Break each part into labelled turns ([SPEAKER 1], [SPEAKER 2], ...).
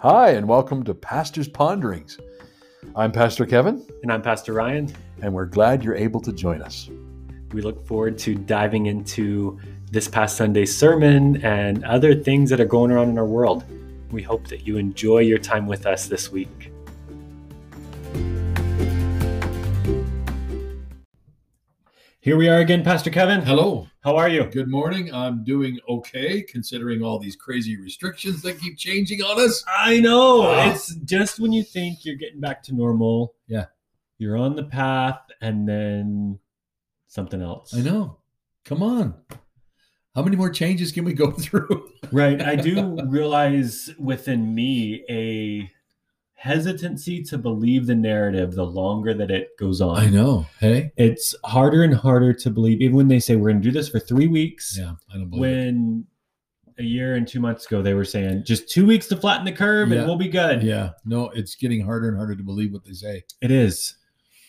[SPEAKER 1] Hi, and welcome to Pastor's Ponderings. I'm Pastor Kevin,
[SPEAKER 2] And I'm Pastor Ryan.
[SPEAKER 1] and we're glad you're able to join us.
[SPEAKER 2] We look forward to diving into this past Sunday's sermon and other things that are going around in our world. We hope that you enjoy your time with us this week. Here we are again, Pastor Kevin.
[SPEAKER 1] Hello.
[SPEAKER 2] How are you?
[SPEAKER 1] Good morning. I'm doing okay considering all these crazy restrictions that keep changing on us.
[SPEAKER 2] I know.
[SPEAKER 1] Ah.
[SPEAKER 2] It's just when you think you're getting back to normal.
[SPEAKER 1] Yeah.
[SPEAKER 2] You're on the path and then something else.
[SPEAKER 1] I know. Come on. How many more changes can we go through?
[SPEAKER 2] Right. I do realize within me a hesitancy to believe the narrative the longer that it goes on.
[SPEAKER 1] I know. Hey.
[SPEAKER 2] It's harder and harder to believe, even when they say we're going to do this for three weeks.
[SPEAKER 1] Yeah, I don't believe it.
[SPEAKER 2] when a year and two months ago they were saying just two weeks to flatten the curve
[SPEAKER 1] Yeah.
[SPEAKER 2] and we'll be good.
[SPEAKER 1] Yeah, no, it's getting harder and harder to believe what they say.
[SPEAKER 2] It is.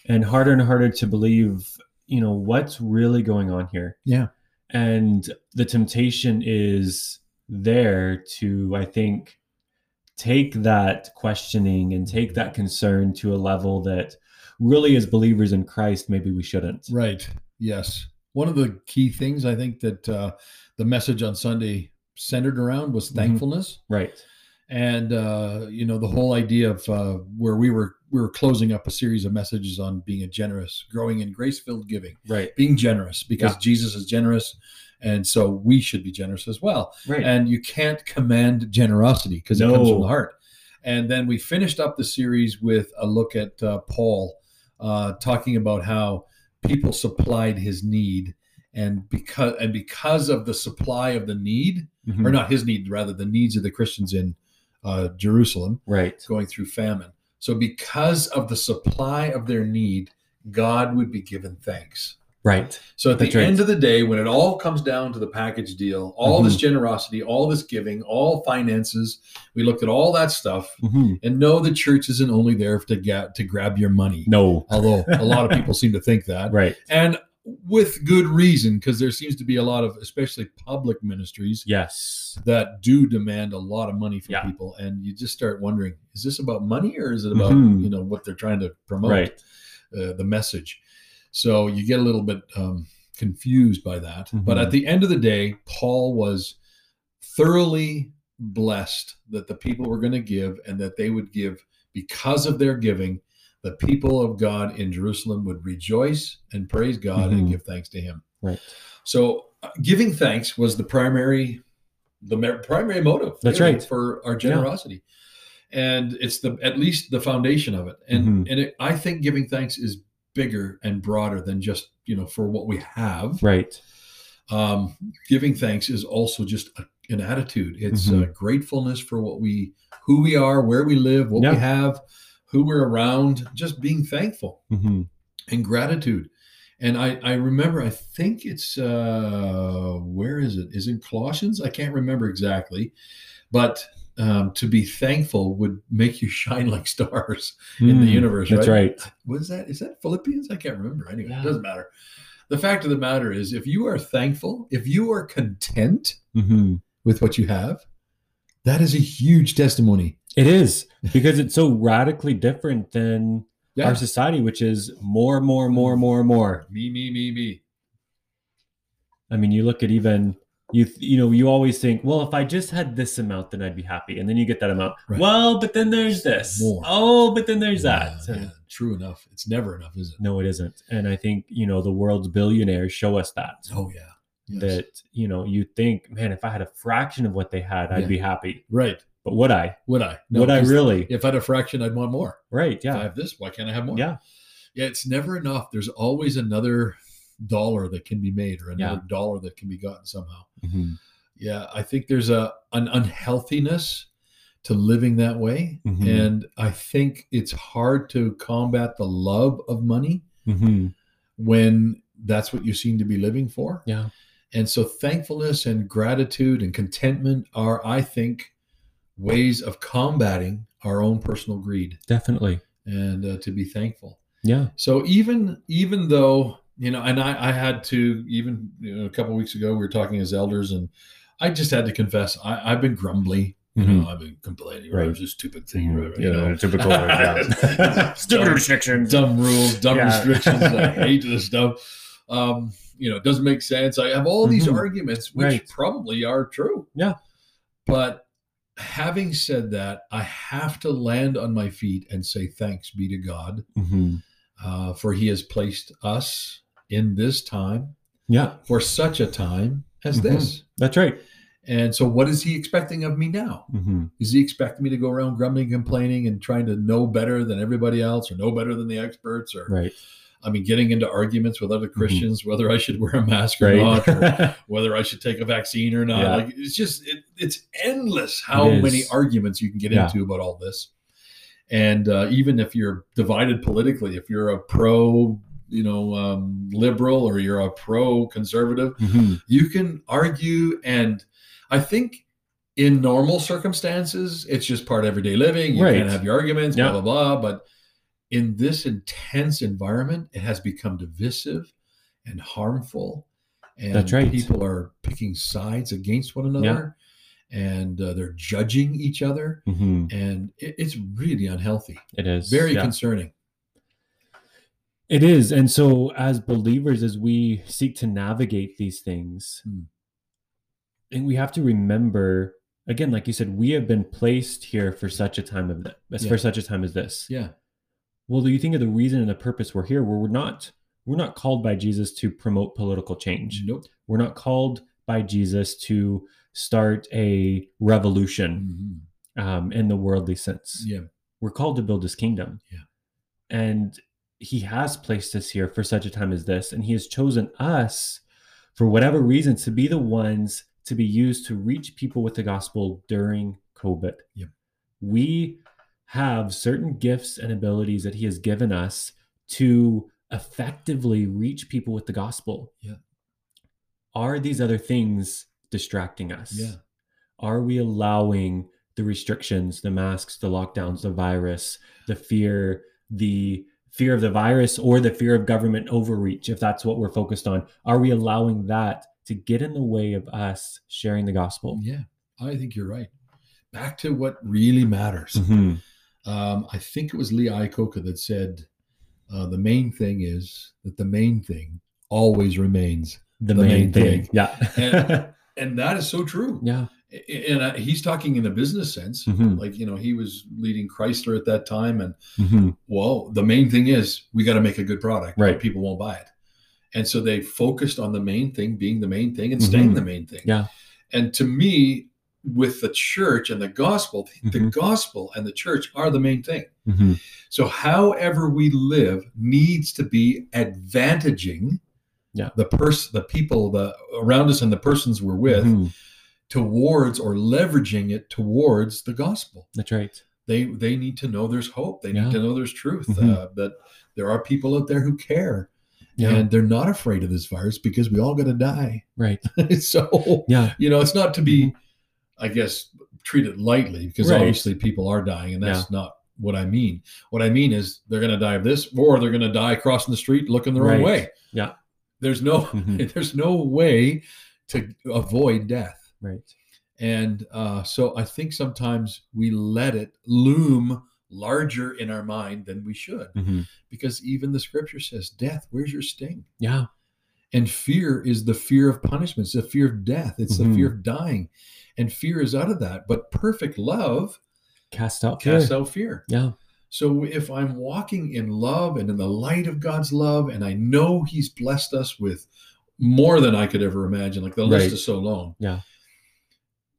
[SPEAKER 2] And harder and harder to believe, you know, what's really going on here.
[SPEAKER 1] Yeah.
[SPEAKER 2] And the temptation is there to, I think, take that questioning and take that concern to a level that really, as believers in Christ, maybe we shouldn't.
[SPEAKER 1] Right. Yes. One of the key things I think that uh, the message on Sunday centered around was
[SPEAKER 2] Mhm.
[SPEAKER 1] thankfulness,
[SPEAKER 2] Right.
[SPEAKER 1] and uh, you know the whole idea of uh, where we were we were closing up a series of messages on being a generous, growing in grace filled giving,
[SPEAKER 2] Right.
[SPEAKER 1] being generous because
[SPEAKER 2] Yeah.
[SPEAKER 1] Jesus is generous, and so we should be generous as well.
[SPEAKER 2] Right.
[SPEAKER 1] and you can't command generosity because it comes from
[SPEAKER 2] No.
[SPEAKER 1] the heart. And then we finished up the series with a look at uh, Paul uh, talking about how people supplied his need, and because and because of the supply of the need,
[SPEAKER 2] Mhm.
[SPEAKER 1] or not his need, rather the needs of the Christians in uh, Jerusalem
[SPEAKER 2] Right.
[SPEAKER 1] going through famine. So because of the supply of their need, God would be given thanks.
[SPEAKER 2] Right.
[SPEAKER 1] So at
[SPEAKER 2] That's
[SPEAKER 1] the
[SPEAKER 2] right.
[SPEAKER 1] end of the day, when it all comes down to the package deal, all this
[SPEAKER 2] Mm-hmm.
[SPEAKER 1] generosity, all this giving, all finances, we looked at all that stuff
[SPEAKER 2] Mhm.
[SPEAKER 1] and no, the church isn't only there to get to grab your money.
[SPEAKER 2] No.
[SPEAKER 1] Although a lot of people seem to think that.
[SPEAKER 2] Right.
[SPEAKER 1] And with good reason, because there seems to be a lot of especially public ministries
[SPEAKER 2] Yes.
[SPEAKER 1] that do demand a lot of money from
[SPEAKER 2] Yeah.
[SPEAKER 1] people. And you just start wondering, is this about money or is it about
[SPEAKER 2] Mhm.
[SPEAKER 1] you know what they're trying to promote?
[SPEAKER 2] Right.
[SPEAKER 1] uh, the message. So you get a little bit um, confused by that. But
[SPEAKER 2] Mhm.
[SPEAKER 1] at the end of the day, Paul was thoroughly blessed that the people were going to give and that they would give because of their giving. The people of God in Jerusalem would rejoice and praise God and
[SPEAKER 2] Mhm.
[SPEAKER 1] give thanks to Him.
[SPEAKER 2] Right.
[SPEAKER 1] So, uh, giving thanks was the primary, the mer- primary motive.
[SPEAKER 2] That's
[SPEAKER 1] really,
[SPEAKER 2] right.
[SPEAKER 1] for our generosity, and it's the at least the foundation of it. And
[SPEAKER 2] Mhm.
[SPEAKER 1] and it, I think giving thanks is bigger and broader than just you know for what we have.
[SPEAKER 2] Right.
[SPEAKER 1] Um, giving thanks is also just a, an attitude. It's
[SPEAKER 2] Mm-hmm.
[SPEAKER 1] uh, gratefulness for what we, who we are, where we live, what
[SPEAKER 2] Yeah.
[SPEAKER 1] we have, who we're around. Just being thankful
[SPEAKER 2] Mm-hmm.
[SPEAKER 1] and gratitude. And I, I remember, I think it's, uh, where is it? Is it Colossians? I can't remember exactly. But um, to be thankful would make you shine like stars in the universe,
[SPEAKER 2] Mm. That's
[SPEAKER 1] right?
[SPEAKER 2] right.
[SPEAKER 1] What is that? Is that Philippians? I can't remember. Anyway,
[SPEAKER 2] Yeah.
[SPEAKER 1] it doesn't matter. The fact of the matter is, if you are thankful, if you are content
[SPEAKER 2] Mm-hmm.
[SPEAKER 1] with what you have, that is a huge testimony.
[SPEAKER 2] It is because it's so radically different than
[SPEAKER 1] Yeah.
[SPEAKER 2] our society, which is more, more, more, more, more.
[SPEAKER 1] Me, me, me, me.
[SPEAKER 2] I mean, you look at even you, th- you know, you always think, well, if I just had this amount, then I'd be happy, and then you get that amount.
[SPEAKER 1] Right.
[SPEAKER 2] Well, but then there's this.
[SPEAKER 1] More.
[SPEAKER 2] Oh, but then there's that.
[SPEAKER 1] Yeah, yeah. True enough. It's never enough, is it?
[SPEAKER 2] No, it isn't. And I think you know the world's billionaires show us that.
[SPEAKER 1] Oh, yeah. Yes.
[SPEAKER 2] That you know, you think, man, if I had a fraction of what they had, I'd
[SPEAKER 1] Yeah.
[SPEAKER 2] be happy.
[SPEAKER 1] right.
[SPEAKER 2] But would I?
[SPEAKER 1] Would I?
[SPEAKER 2] would I
[SPEAKER 1] 'cause
[SPEAKER 2] really?
[SPEAKER 1] If I had a fraction, I'd want more.
[SPEAKER 2] Right?
[SPEAKER 1] If I
[SPEAKER 2] Yeah.
[SPEAKER 1] have this, why can't I have more?
[SPEAKER 2] Yeah.
[SPEAKER 1] Yeah, it's never enough. There's always another dollar that can be made or another dollar that can be gotten somehow.
[SPEAKER 2] Mhm.
[SPEAKER 1] Yeah, I think there's a an unhealthiness to living that way.
[SPEAKER 2] Mhm.
[SPEAKER 1] And I think it's hard to combat the love of money
[SPEAKER 2] Mhm.
[SPEAKER 1] when that's what you seem to be living for.
[SPEAKER 2] Yeah.
[SPEAKER 1] And so thankfulness and gratitude and contentment are, I think, ways of combating our own personal greed.
[SPEAKER 2] Definitely.
[SPEAKER 1] and uh, to be thankful.
[SPEAKER 2] Yeah.
[SPEAKER 1] So even even though you know, and I, I had to even you know, a couple weeks ago we were talking as elders, and I just had to confess I, I've been grumbly You
[SPEAKER 2] Mhm.
[SPEAKER 1] know, I've been complaining. Right.
[SPEAKER 2] Right.
[SPEAKER 1] It's a stupid thing. Right. right,
[SPEAKER 2] yeah,
[SPEAKER 1] you know.
[SPEAKER 2] typical. yeah. Stupid
[SPEAKER 1] Dumb-
[SPEAKER 2] restrictions.
[SPEAKER 1] dumb rules, dumb
[SPEAKER 2] Yeah.
[SPEAKER 1] restrictions. I hate this stuff. Um, you know, it doesn't make sense. I have all these
[SPEAKER 2] Mhm.
[SPEAKER 1] arguments, which
[SPEAKER 2] Right.
[SPEAKER 1] probably are true.
[SPEAKER 2] Yeah.
[SPEAKER 1] But having said that, I have to land on my feet and say thanks be to God,
[SPEAKER 2] Mhm.
[SPEAKER 1] uh, for He has placed us in this time
[SPEAKER 2] Yeah,
[SPEAKER 1] for such a time as
[SPEAKER 2] Mhm.
[SPEAKER 1] this.
[SPEAKER 2] that's right.
[SPEAKER 1] And so, what is He expecting of me now?
[SPEAKER 2] hmm
[SPEAKER 1] Is he expecting me to go around grumbling, complaining, and trying to know better than everybody else, or know better than the experts, or
[SPEAKER 2] Right. Mm-hmm.
[SPEAKER 1] I mean, getting into arguments with other Christians whether I should wear a mask or not, or
[SPEAKER 2] Right.
[SPEAKER 1] whether I should take a vaccine or not.
[SPEAKER 2] Yeah.
[SPEAKER 1] Like it's just it, it's endless how
[SPEAKER 2] It
[SPEAKER 1] many
[SPEAKER 2] is.
[SPEAKER 1] arguments you can get
[SPEAKER 2] Yeah.
[SPEAKER 1] into about all this. And uh, even if you're divided politically, if you're a pro, you know, um, liberal or you're a pro conservative,
[SPEAKER 2] Mhm.
[SPEAKER 1] you can argue. And I think in normal circumstances, it's just part of everyday living. You
[SPEAKER 2] Right.
[SPEAKER 1] can't have your arguments,
[SPEAKER 2] Yeah.
[SPEAKER 1] blah, blah, blah. But in this intense environment, it has become divisive and harmful. And
[SPEAKER 2] That's right.
[SPEAKER 1] people are picking sides against one another and uh, they're judging each other.
[SPEAKER 2] Mhm.
[SPEAKER 1] And it, it's really unhealthy,
[SPEAKER 2] It is
[SPEAKER 1] very
[SPEAKER 2] yeah.
[SPEAKER 1] concerning.
[SPEAKER 2] It is. And so, as believers, as we seek to navigate these things,
[SPEAKER 1] Hmm.
[SPEAKER 2] and we have to remember again, like you said, we have been placed here for such a time of this,
[SPEAKER 1] Yeah.
[SPEAKER 2] for such a time as this.
[SPEAKER 1] Yeah.
[SPEAKER 2] Well, do you think of the reason and the purpose we're here? Where we're not, we're not called by Jesus to promote political change.
[SPEAKER 1] Nope.
[SPEAKER 2] We're not called by Jesus to start a revolution
[SPEAKER 1] Mhm.
[SPEAKER 2] um, in the worldly sense.
[SPEAKER 1] Yeah.
[SPEAKER 2] We're called to build His kingdom.
[SPEAKER 1] Yeah.
[SPEAKER 2] And He has placed us here for such a time as this, and He has chosen us, for whatever reason, to be the ones to be used to reach people with the gospel during COVID.
[SPEAKER 1] Yep.
[SPEAKER 2] We have certain gifts and abilities that He has given us to effectively reach people with the gospel.
[SPEAKER 1] Yeah.
[SPEAKER 2] Are these other things distracting us?
[SPEAKER 1] Yeah.
[SPEAKER 2] Are we allowing the restrictions, the masks, the lockdowns, the virus, the fear, the fear of the virus or the fear of government overreach, if that's what we're focused on? Are we allowing that to get in the way of us sharing the gospel?
[SPEAKER 1] Yeah. I think you're right. Back to what really matters.
[SPEAKER 2] Mhm.
[SPEAKER 1] um, I think it was Lee Iacocca that said, uh, "The main thing is that the main thing always remains,"
[SPEAKER 2] The,
[SPEAKER 1] The
[SPEAKER 2] main,
[SPEAKER 1] main
[SPEAKER 2] thing.
[SPEAKER 1] thing.
[SPEAKER 2] Yeah.
[SPEAKER 1] And- and that is so true.
[SPEAKER 2] yeah.
[SPEAKER 1] A- And uh, he's talking in a business sense,
[SPEAKER 2] Mhm.
[SPEAKER 1] like you know, he was leading Chrysler at that time, and
[SPEAKER 2] Mhm.
[SPEAKER 1] well, the main thing is we got to make a good product, or
[SPEAKER 2] Right.
[SPEAKER 1] People won't buy it, and so they focused on the main thing being the main thing and staying
[SPEAKER 2] Mhm.
[SPEAKER 1] the main thing.
[SPEAKER 2] Yeah.
[SPEAKER 1] And to me, with the church and the gospel, the
[SPEAKER 2] Mhm.
[SPEAKER 1] gospel and the church are the main thing.
[SPEAKER 2] Mhm.
[SPEAKER 1] So, however we live needs to be advantaging
[SPEAKER 2] Yeah.
[SPEAKER 1] the person, the people, the around us, and the persons we're with
[SPEAKER 2] Mhm.
[SPEAKER 1] towards or leveraging it towards the gospel.
[SPEAKER 2] That's right.
[SPEAKER 1] They they need to know there's hope. They
[SPEAKER 2] Yeah.
[SPEAKER 1] need to know there's truth.
[SPEAKER 2] Mhm.
[SPEAKER 1] Uh, that there are people out there who care,
[SPEAKER 2] Yeah.
[SPEAKER 1] and they're not afraid of this virus because we all going to die.
[SPEAKER 2] right.
[SPEAKER 1] so
[SPEAKER 2] Yeah.
[SPEAKER 1] you know, it's not to be, I guess, treated lightly because
[SPEAKER 2] Mm-hmm. Right.
[SPEAKER 1] obviously people are dying, and that's not what I mean. What I mean is they're going to die of this, or they're going to die crossing the street looking the wrong
[SPEAKER 2] Right.
[SPEAKER 1] way.
[SPEAKER 2] Yeah.
[SPEAKER 1] there's no,
[SPEAKER 2] Mhm.
[SPEAKER 1] there's no way to avoid death,
[SPEAKER 2] Right.
[SPEAKER 1] and uh, so I think sometimes we let it loom larger in our mind than we should,
[SPEAKER 2] Mhm.
[SPEAKER 1] because even the scripture says, "Death, where's your sting?"
[SPEAKER 2] Yeah.
[SPEAKER 1] And fear is the fear of punishment. It's the fear of death. It's the
[SPEAKER 2] Mhm.
[SPEAKER 1] fear of dying. And fear is out of that. But perfect love
[SPEAKER 2] Cast out fear.
[SPEAKER 1] casts out fear.
[SPEAKER 2] Yeah.
[SPEAKER 1] So if I'm walking in love and in the light of God's love, and I know He's blessed us with more than I could ever imagine, like the
[SPEAKER 2] Right.
[SPEAKER 1] list is so long.
[SPEAKER 2] Yeah.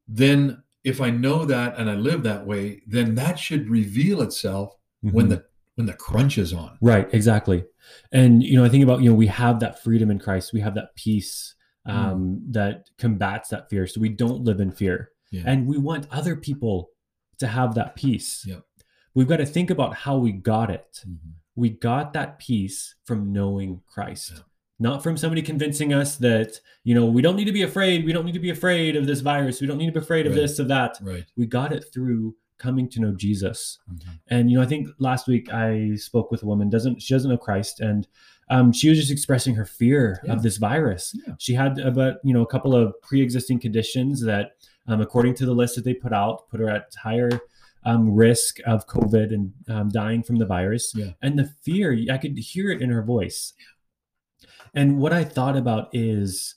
[SPEAKER 1] Then if I know that and I live that way, then that should reveal itself when
[SPEAKER 2] Mhm.
[SPEAKER 1] the when the crunch is on.
[SPEAKER 2] Right, exactly. And you know, I think about, you know, we have that freedom in Christ, we have that peace
[SPEAKER 1] Mm.
[SPEAKER 2] um that combats that fear. So we don't live in fear.
[SPEAKER 1] Yeah.
[SPEAKER 2] And we want other people to have that peace.
[SPEAKER 1] Yep.
[SPEAKER 2] We've got to think about how we got it. We got that peace from knowing Christ.
[SPEAKER 1] Yeah.
[SPEAKER 2] Not from somebody convincing us that, you know, we don't need to be afraid. We don't need to be afraid of this virus. We don't need to be afraid of
[SPEAKER 1] Right.
[SPEAKER 2] this, of that.
[SPEAKER 1] Right.
[SPEAKER 2] We got it through coming to know Jesus and you know i think last week i spoke with a woman doesn't she doesn't know christ and um, she was just expressing her fear
[SPEAKER 1] Yeah.
[SPEAKER 2] of this virus
[SPEAKER 1] Yeah.
[SPEAKER 2] she had about you know a couple of pre-existing conditions that um, according to the list that they put out, put her at higher um, risk of COVID and um, dying from the virus.
[SPEAKER 1] Yeah.
[SPEAKER 2] And the fear, I could hear it in her voice. And what I thought about is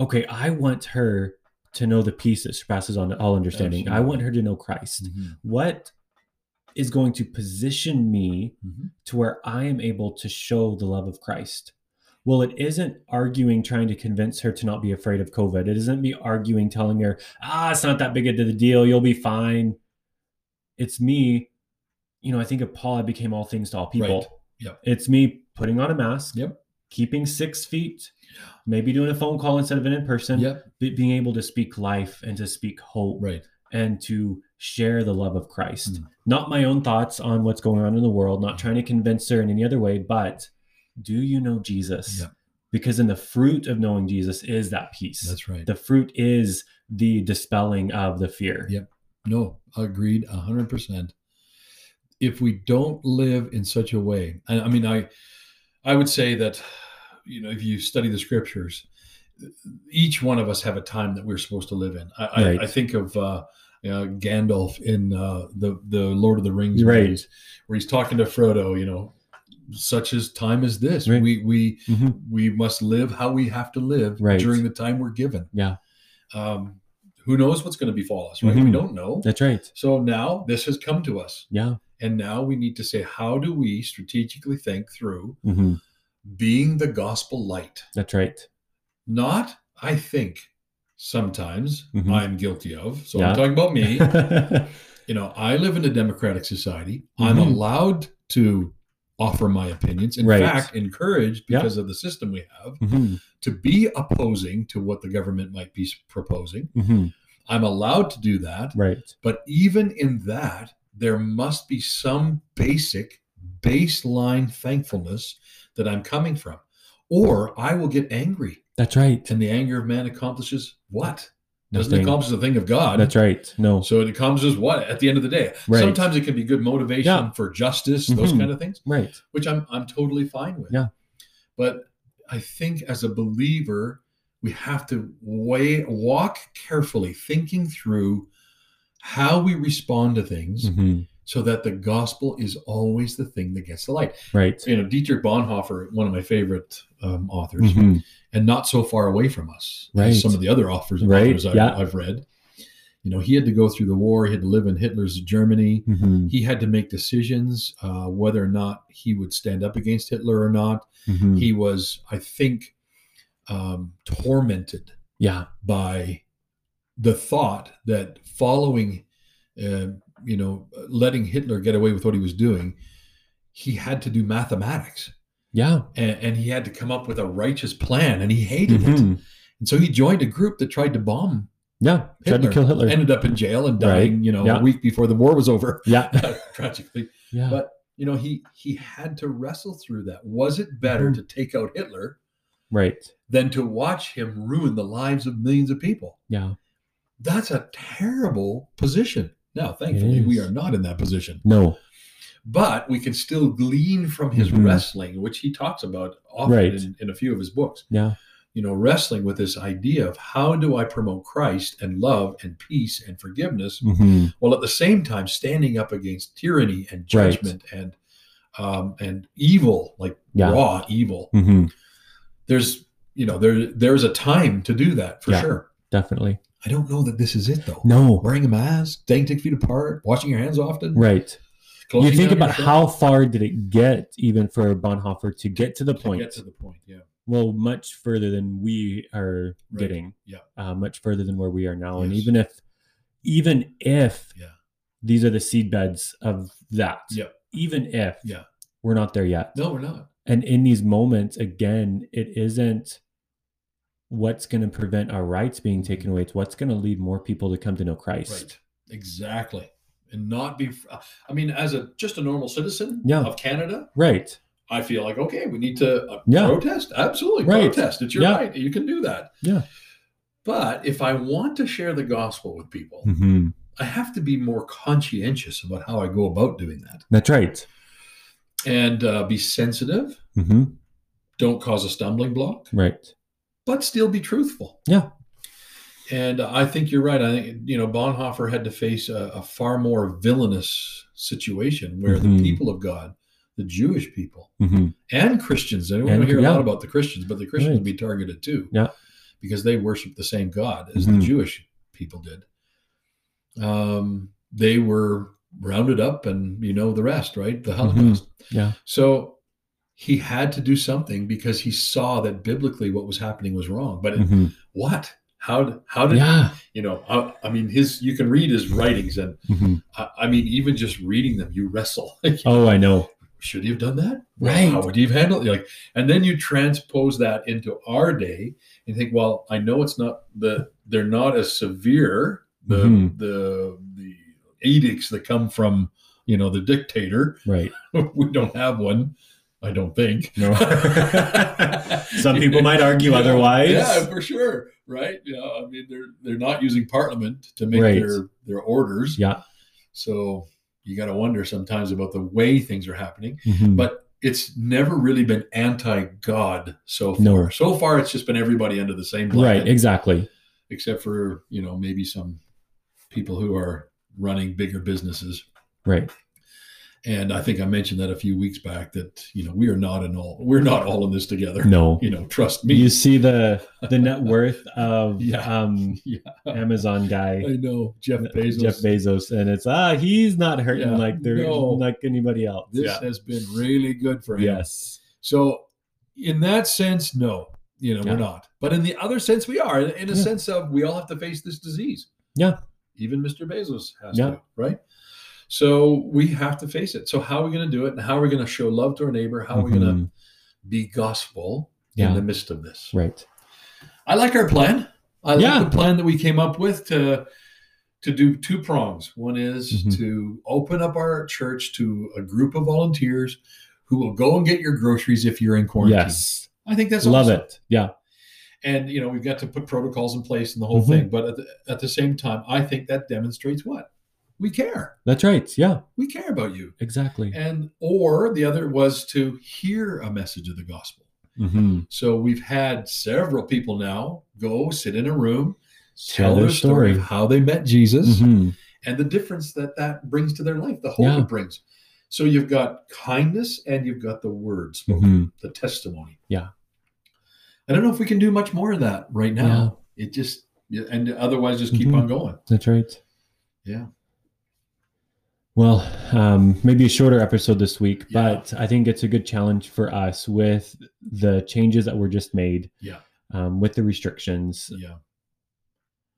[SPEAKER 2] okay, I want her to know the peace that surpasses on all understanding. I
[SPEAKER 1] Absolutely.
[SPEAKER 2] want her to know Christ.
[SPEAKER 1] Mhm.
[SPEAKER 2] What is going to position me
[SPEAKER 1] Mhm.
[SPEAKER 2] to where I am able to show the love of Christ. Well, it isn't arguing trying to convince her to not be afraid of COVID. It isn't me arguing telling her, ah, it's not that big of a deal. You'll be fine. It's me, you know, I think of Paul, I became all things to all people.
[SPEAKER 1] Right. Yep.
[SPEAKER 2] It's me putting on a mask,
[SPEAKER 1] Yep.
[SPEAKER 2] keeping six feet, maybe doing a phone call instead of an in person,
[SPEAKER 1] Yep.
[SPEAKER 2] be- being able to speak life and to speak hope
[SPEAKER 1] Right.
[SPEAKER 2] and to share the love of Christ.
[SPEAKER 1] Mm.
[SPEAKER 2] Not my own thoughts on what's going on in the world, not trying to convince her in any other way, but do you know Jesus?
[SPEAKER 1] Yeah.
[SPEAKER 2] Because in the fruit of knowing Jesus is that peace.
[SPEAKER 1] That's right.
[SPEAKER 2] The fruit is the dispelling of the fear.
[SPEAKER 1] Yeah. No, agreed, hundred percent. If we don't live in such a way, and I mean, I, I would say that, you know, if you study the scriptures, each one of us have a time that we're supposed to live in. I,
[SPEAKER 2] Right.
[SPEAKER 1] I, I think of uh, uh, Gandalf in uh, the the Lord of the Rings,
[SPEAKER 2] Right.
[SPEAKER 1] movies, where he's talking to Frodo. You know, such as time as this,
[SPEAKER 2] Right.
[SPEAKER 1] we we
[SPEAKER 2] Mhm.
[SPEAKER 1] we must live how we have to live
[SPEAKER 2] Right.
[SPEAKER 1] during the time we're given.
[SPEAKER 2] Yeah.
[SPEAKER 1] Um, who knows what's going to befall us, right? We
[SPEAKER 2] Mhm.
[SPEAKER 1] don't know.
[SPEAKER 2] That's right.
[SPEAKER 1] So now this has come to us.
[SPEAKER 2] Yeah.
[SPEAKER 1] And now we need to say, how do we strategically think through
[SPEAKER 2] Mhm.
[SPEAKER 1] being the gospel light?
[SPEAKER 2] That's right.
[SPEAKER 1] Not, I think sometimes
[SPEAKER 2] Mhm.
[SPEAKER 1] I'm guilty of. So
[SPEAKER 2] Yeah.
[SPEAKER 1] I'm talking about me.
[SPEAKER 2] right.
[SPEAKER 1] you know, I live in a democratic society. I'm
[SPEAKER 2] Mhm.
[SPEAKER 1] allowed to offer my opinions. In
[SPEAKER 2] Right.
[SPEAKER 1] fact, encouraged
[SPEAKER 2] Yeah.
[SPEAKER 1] because of the system we have
[SPEAKER 2] Mhm.
[SPEAKER 1] to be opposing to what the government might be proposing.
[SPEAKER 2] Mhm.
[SPEAKER 1] I'm allowed to do that.
[SPEAKER 2] Right.
[SPEAKER 1] But even in that, there must be some basic baseline thankfulness that I'm coming from, or I will get angry.
[SPEAKER 2] That's right.
[SPEAKER 1] And the anger of man accomplishes what? Doesn't
[SPEAKER 2] Nothing.
[SPEAKER 1] accomplish the thing of God.
[SPEAKER 2] That's right. No.
[SPEAKER 1] So it accomplishes what at the end of the day.
[SPEAKER 2] Right.
[SPEAKER 1] Sometimes it can be good motivation
[SPEAKER 2] Yeah.
[SPEAKER 1] for justice, those
[SPEAKER 2] Mhm.
[SPEAKER 1] kind of things,
[SPEAKER 2] Right.
[SPEAKER 1] which I'm I'm totally fine with.
[SPEAKER 2] Yeah.
[SPEAKER 1] But I think as a believer, we have to weigh, walk carefully, thinking through how we respond to things
[SPEAKER 2] Mhm.
[SPEAKER 1] so that the gospel is always the thing that gets the light.
[SPEAKER 2] Right.
[SPEAKER 1] You know, Dietrich Bonhoeffer, one of my favorite um, authors,
[SPEAKER 2] Mhm.
[SPEAKER 1] and not so far away from us
[SPEAKER 2] Right.
[SPEAKER 1] as some of the other authors,
[SPEAKER 2] Right,
[SPEAKER 1] authors I've,
[SPEAKER 2] yeah.
[SPEAKER 1] I've read. You know, he had to go through the war, he had to live in Hitler's Germany.
[SPEAKER 2] Mhm.
[SPEAKER 1] He had to make decisions uh, whether or not he would stand up against Hitler or not.
[SPEAKER 2] Mhm.
[SPEAKER 1] He was, I think, um, tormented
[SPEAKER 2] Yeah.
[SPEAKER 1] by the thought that following, uh, you know, letting Hitler get away with what he was doing, he had to do mathematics
[SPEAKER 2] Yeah.
[SPEAKER 1] and, and he had to come up with a righteous plan and he hated it.
[SPEAKER 2] Mhm.
[SPEAKER 1] And so he joined a group that tried to bomb,
[SPEAKER 2] Yeah. Tried
[SPEAKER 1] Hitler.
[SPEAKER 2] to kill Hitler.
[SPEAKER 1] ended up in jail and dying, you know,
[SPEAKER 2] yeah.
[SPEAKER 1] a week before the war was over,
[SPEAKER 2] yeah.
[SPEAKER 1] tragically.
[SPEAKER 2] Yeah.
[SPEAKER 1] But, you know, he, he had to wrestle through that. Was it better
[SPEAKER 2] Mhm.
[SPEAKER 1] to take out Hitler
[SPEAKER 2] right.
[SPEAKER 1] than to watch him ruin the lives of millions of people?
[SPEAKER 2] Yeah.
[SPEAKER 1] that's a terrible position. Now, thankfully,
[SPEAKER 2] is.
[SPEAKER 1] we are not in that position,
[SPEAKER 2] No.
[SPEAKER 1] but we can still glean from his
[SPEAKER 2] Mhm.
[SPEAKER 1] wrestling, which he talks about often
[SPEAKER 2] Right.
[SPEAKER 1] in, in a few of his books.
[SPEAKER 2] Yeah.
[SPEAKER 1] You know, wrestling with this idea of how do I promote Christ and love and peace and forgiveness
[SPEAKER 2] Mhm.
[SPEAKER 1] while at the same time standing up against tyranny and
[SPEAKER 2] Right.
[SPEAKER 1] judgment and um, and evil, like
[SPEAKER 2] Yeah.
[SPEAKER 1] raw evil.
[SPEAKER 2] Mhm.
[SPEAKER 1] There's you know there there's a time to do that for
[SPEAKER 2] Yeah.
[SPEAKER 1] sure.
[SPEAKER 2] Definitely.
[SPEAKER 1] I don't know that this is it though.
[SPEAKER 2] No.
[SPEAKER 1] wearing a mask, staying six feet apart, washing your hands often.
[SPEAKER 2] Right.
[SPEAKER 1] closing
[SPEAKER 2] you think
[SPEAKER 1] down your
[SPEAKER 2] about
[SPEAKER 1] shop.
[SPEAKER 2] how far did it get, even for Bonhoeffer, to get to the
[SPEAKER 1] To
[SPEAKER 2] point?
[SPEAKER 1] Get to the point. Yeah.
[SPEAKER 2] well, much further than we are
[SPEAKER 1] Right.
[SPEAKER 2] getting.
[SPEAKER 1] Yeah.
[SPEAKER 2] Uh, much further than where we are now, and
[SPEAKER 1] Yes.
[SPEAKER 2] even if, even if,
[SPEAKER 1] Yeah.
[SPEAKER 2] these are the seed beds of that.
[SPEAKER 1] Yeah.
[SPEAKER 2] Even if.
[SPEAKER 1] Yeah.
[SPEAKER 2] We're not there yet.
[SPEAKER 1] No, we're not.
[SPEAKER 2] And in these moments, again, it isn't what's going to prevent our rights being taken away. It's what's going to lead more people to come to know Christ.
[SPEAKER 1] Right. Exactly. And not be. I mean, as a just a normal citizen
[SPEAKER 2] Yeah.
[SPEAKER 1] of Canada,
[SPEAKER 2] Right.
[SPEAKER 1] I feel like okay, we need to uh,
[SPEAKER 2] Yeah.
[SPEAKER 1] protest. Absolutely,
[SPEAKER 2] Right.
[SPEAKER 1] protest. It's your
[SPEAKER 2] Yeah.
[SPEAKER 1] right. You can do that.
[SPEAKER 2] Yeah.
[SPEAKER 1] But if I want to share the gospel with people,
[SPEAKER 2] Mm-hmm.
[SPEAKER 1] I have to be more conscientious about how I go about doing that,
[SPEAKER 2] That's right.
[SPEAKER 1] and uh, be sensitive.
[SPEAKER 2] Mm-hmm.
[SPEAKER 1] Don't cause a stumbling block.
[SPEAKER 2] Right.
[SPEAKER 1] but still be truthful.
[SPEAKER 2] Yeah.
[SPEAKER 1] And I think you're right. I think you know Bonhoeffer had to face a, a far more villainous situation where
[SPEAKER 2] Mhm.
[SPEAKER 1] the people of God, the Jewish people
[SPEAKER 2] Mhm.
[SPEAKER 1] and Christians, and we
[SPEAKER 2] And-
[SPEAKER 1] don't hear a
[SPEAKER 2] yeah.
[SPEAKER 1] lot about the Christians, but the Christians
[SPEAKER 2] Right.
[SPEAKER 1] would be targeted too,
[SPEAKER 2] Yeah.
[SPEAKER 1] because they worship the same God as
[SPEAKER 2] Mhm.
[SPEAKER 1] the Jewish people did. Um, they were rounded up, and you know the rest, right? The Holocaust.
[SPEAKER 2] Mm-hmm. Yeah.
[SPEAKER 1] So he had to do something because he saw that biblically what was happening was wrong. But it,
[SPEAKER 2] Mhm.
[SPEAKER 1] what? How? How did?
[SPEAKER 2] Yeah.
[SPEAKER 1] you know uh, I, I mean his you can read his writings and
[SPEAKER 2] Mhm.
[SPEAKER 1] I, I mean even just reading them you wrestle like
[SPEAKER 2] Oh, I know.
[SPEAKER 1] should he have done that
[SPEAKER 2] Right.
[SPEAKER 1] how would he have handled it like and then you transpose that into our day and think well i know it's not the they're not as severe the
[SPEAKER 2] Mhm.
[SPEAKER 1] the the edicts that come from you know the dictator
[SPEAKER 2] Right.
[SPEAKER 1] we don't have one i don't think
[SPEAKER 2] No. Some people might argue
[SPEAKER 1] Yeah,
[SPEAKER 2] otherwise.
[SPEAKER 1] Yeah, for sure. Right. Yeah. I mean, they're they're not using Parliament to make
[SPEAKER 2] Right.
[SPEAKER 1] their their orders.
[SPEAKER 2] Yeah.
[SPEAKER 1] So you got to wonder sometimes about the way things are happening.
[SPEAKER 2] Mhm.
[SPEAKER 1] But it's never really been anti-God so far.
[SPEAKER 2] No.
[SPEAKER 1] So far, it's just been everybody under the same blanket,
[SPEAKER 2] right. Exactly.
[SPEAKER 1] except for you know maybe some people who are running bigger businesses.
[SPEAKER 2] Right.
[SPEAKER 1] And I think I mentioned that a few weeks back that you know we are not in all we're not all in this together.
[SPEAKER 2] No.
[SPEAKER 1] You know, trust me.
[SPEAKER 2] You see the the net worth of
[SPEAKER 1] Yeah.
[SPEAKER 2] um
[SPEAKER 1] Yeah.
[SPEAKER 2] Amazon guy
[SPEAKER 1] I know Jeff Bezos.
[SPEAKER 2] Jeff Bezos, and it's ah he's not hurting
[SPEAKER 1] Yeah.
[SPEAKER 2] like there
[SPEAKER 1] No.
[SPEAKER 2] like anybody else.
[SPEAKER 1] This
[SPEAKER 2] yeah.
[SPEAKER 1] has been really good for him.
[SPEAKER 2] Yes.
[SPEAKER 1] So, in that sense, no, you know,
[SPEAKER 2] Yeah.
[SPEAKER 1] we're not. But in the other sense, we are. In a
[SPEAKER 2] Yeah.
[SPEAKER 1] sense of we all have to face this disease.
[SPEAKER 2] Yeah.
[SPEAKER 1] Even Mr. Bezos has
[SPEAKER 2] Yeah.
[SPEAKER 1] to, right? So we have to face it. So how are we going to do it? And how are we going to show love to our neighbor? How are we going to
[SPEAKER 2] Mhm.
[SPEAKER 1] be gospel
[SPEAKER 2] Yeah.
[SPEAKER 1] in the midst of this?
[SPEAKER 2] Right.
[SPEAKER 1] I like our plan. I
[SPEAKER 2] Yeah.
[SPEAKER 1] like the plan that we came up with to to do two prongs. One is
[SPEAKER 2] Mhm.
[SPEAKER 1] to open up our church to a group of volunteers who will go and get your groceries if you're in quarantine.
[SPEAKER 2] Yes.
[SPEAKER 1] I think that's
[SPEAKER 2] Love
[SPEAKER 1] awesome.
[SPEAKER 2] it. Yeah.
[SPEAKER 1] And you know, we've got to put protocols in place and the whole
[SPEAKER 2] Mhm.
[SPEAKER 1] thing. But at the, at the same time, I think that demonstrates what we care.
[SPEAKER 2] That's right. Yeah.
[SPEAKER 1] We care about you.
[SPEAKER 2] Exactly.
[SPEAKER 1] And or the other was to hear a message of the gospel.
[SPEAKER 2] Mm-hmm.
[SPEAKER 1] So we've had several people now go sit in a room,
[SPEAKER 2] Tell their story.
[SPEAKER 1] of how they met Jesus,
[SPEAKER 2] hmm
[SPEAKER 1] and the difference that that brings to their life, the hope
[SPEAKER 2] Yeah.
[SPEAKER 1] it brings. So you've got kindness and you've got the words, spoken,
[SPEAKER 2] hmm
[SPEAKER 1] the testimony.
[SPEAKER 2] Yeah.
[SPEAKER 1] I don't know if we can do much more of that right now. It just and otherwise just keep
[SPEAKER 2] Mhm.
[SPEAKER 1] on going.
[SPEAKER 2] That's right.
[SPEAKER 1] Yeah.
[SPEAKER 2] Well, um, maybe a shorter episode this week,
[SPEAKER 1] Yeah.
[SPEAKER 2] but I think it's a good challenge for us with the changes that were just made.
[SPEAKER 1] Yeah.
[SPEAKER 2] Um, with the restrictions,
[SPEAKER 1] Yeah.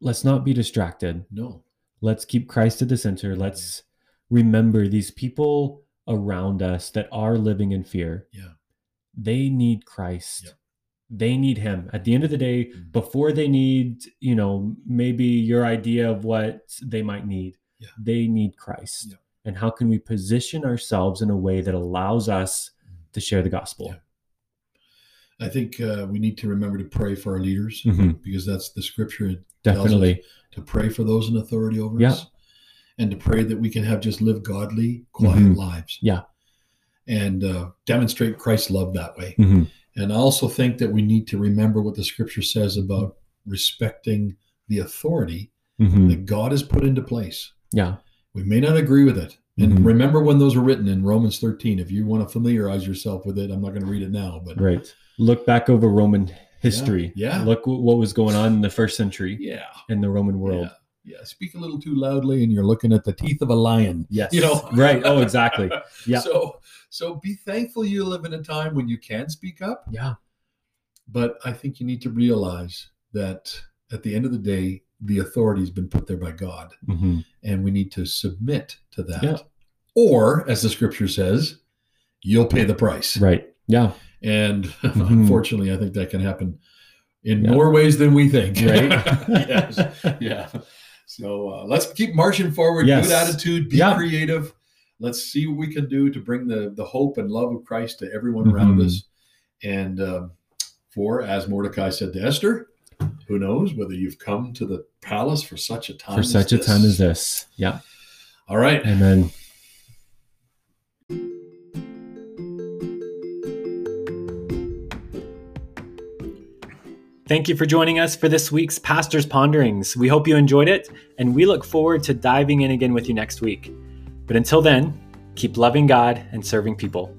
[SPEAKER 2] let's not be distracted.
[SPEAKER 1] No.
[SPEAKER 2] Let's keep Christ at the center. Let's remember these people around us that are living in fear.
[SPEAKER 1] Yeah.
[SPEAKER 2] They need Christ.
[SPEAKER 1] Yep.
[SPEAKER 2] They need him. At the end of the day,
[SPEAKER 1] Mhm.
[SPEAKER 2] before they need, you know, maybe your idea of what they might need,
[SPEAKER 1] Yeah.
[SPEAKER 2] they need Christ.
[SPEAKER 1] Yep.
[SPEAKER 2] And how can we position ourselves in a way that allows us
[SPEAKER 1] Mm-hmm.
[SPEAKER 2] to share the gospel?
[SPEAKER 1] I think uh, we need to remember to pray for our leaders
[SPEAKER 2] Mhm.
[SPEAKER 1] because that's the scripture tells us
[SPEAKER 2] Definitely.
[SPEAKER 1] to pray for those in authority over
[SPEAKER 2] Yeah.
[SPEAKER 1] us and to pray that we can have just live godly, quiet
[SPEAKER 2] Mhm.
[SPEAKER 1] lives.
[SPEAKER 2] Yeah.
[SPEAKER 1] And uh, demonstrate Christ's love that way.
[SPEAKER 2] Mhm.
[SPEAKER 1] And I also think that we need to remember what the scripture says about respecting the authority
[SPEAKER 2] Mhm.
[SPEAKER 1] that God has put into place.
[SPEAKER 2] Yeah.
[SPEAKER 1] We may not agree with it. And
[SPEAKER 2] Mhm.
[SPEAKER 1] remember when those were written in Romans 13. If you want to familiarize yourself with it, I'm not going to read it now, but
[SPEAKER 2] Right. Look back over Roman history.
[SPEAKER 1] Yeah.
[SPEAKER 2] Look w- what was going on in the first century
[SPEAKER 1] yeah.
[SPEAKER 2] in the Roman world.
[SPEAKER 1] Yeah. yeah. Speak a little too loudly and you're looking at the teeth of a lion.
[SPEAKER 2] Yes.
[SPEAKER 1] You know?
[SPEAKER 2] right. Oh, exactly. Yeah.
[SPEAKER 1] So so be thankful you live in a time when you can speak up,
[SPEAKER 2] Yeah.
[SPEAKER 1] but I think you need to realize that at the end of the day, the authority has been put there by God.
[SPEAKER 2] Mhm.
[SPEAKER 1] and we need to submit to that.
[SPEAKER 2] Yeah.
[SPEAKER 1] Or, as the scripture says, you'll pay the price.
[SPEAKER 2] Right. Yeah.
[SPEAKER 1] And unfortunately, I think that can happen in
[SPEAKER 2] Hmm. Yeah.
[SPEAKER 1] more ways than we think.
[SPEAKER 2] Right.
[SPEAKER 1] yes. Yeah. So uh, let's keep marching forward.
[SPEAKER 2] Yes.
[SPEAKER 1] Good attitude. Be
[SPEAKER 2] Yeah.
[SPEAKER 1] creative. Let's see what we can do to bring the, the hope and love of Christ to everyone around
[SPEAKER 2] Mhm.
[SPEAKER 1] us. And um, for, as Mordecai said to Esther, who knows whether you've come to the palace for such a time
[SPEAKER 2] For
[SPEAKER 1] as
[SPEAKER 2] such a
[SPEAKER 1] this.
[SPEAKER 2] time as this. Yeah.
[SPEAKER 1] All right.
[SPEAKER 2] Amen. Thank you for joining us for this week's Pastor's Ponderings. We hope you enjoyed it, and we look forward to diving in again with you next week. But until then, keep loving God and serving people.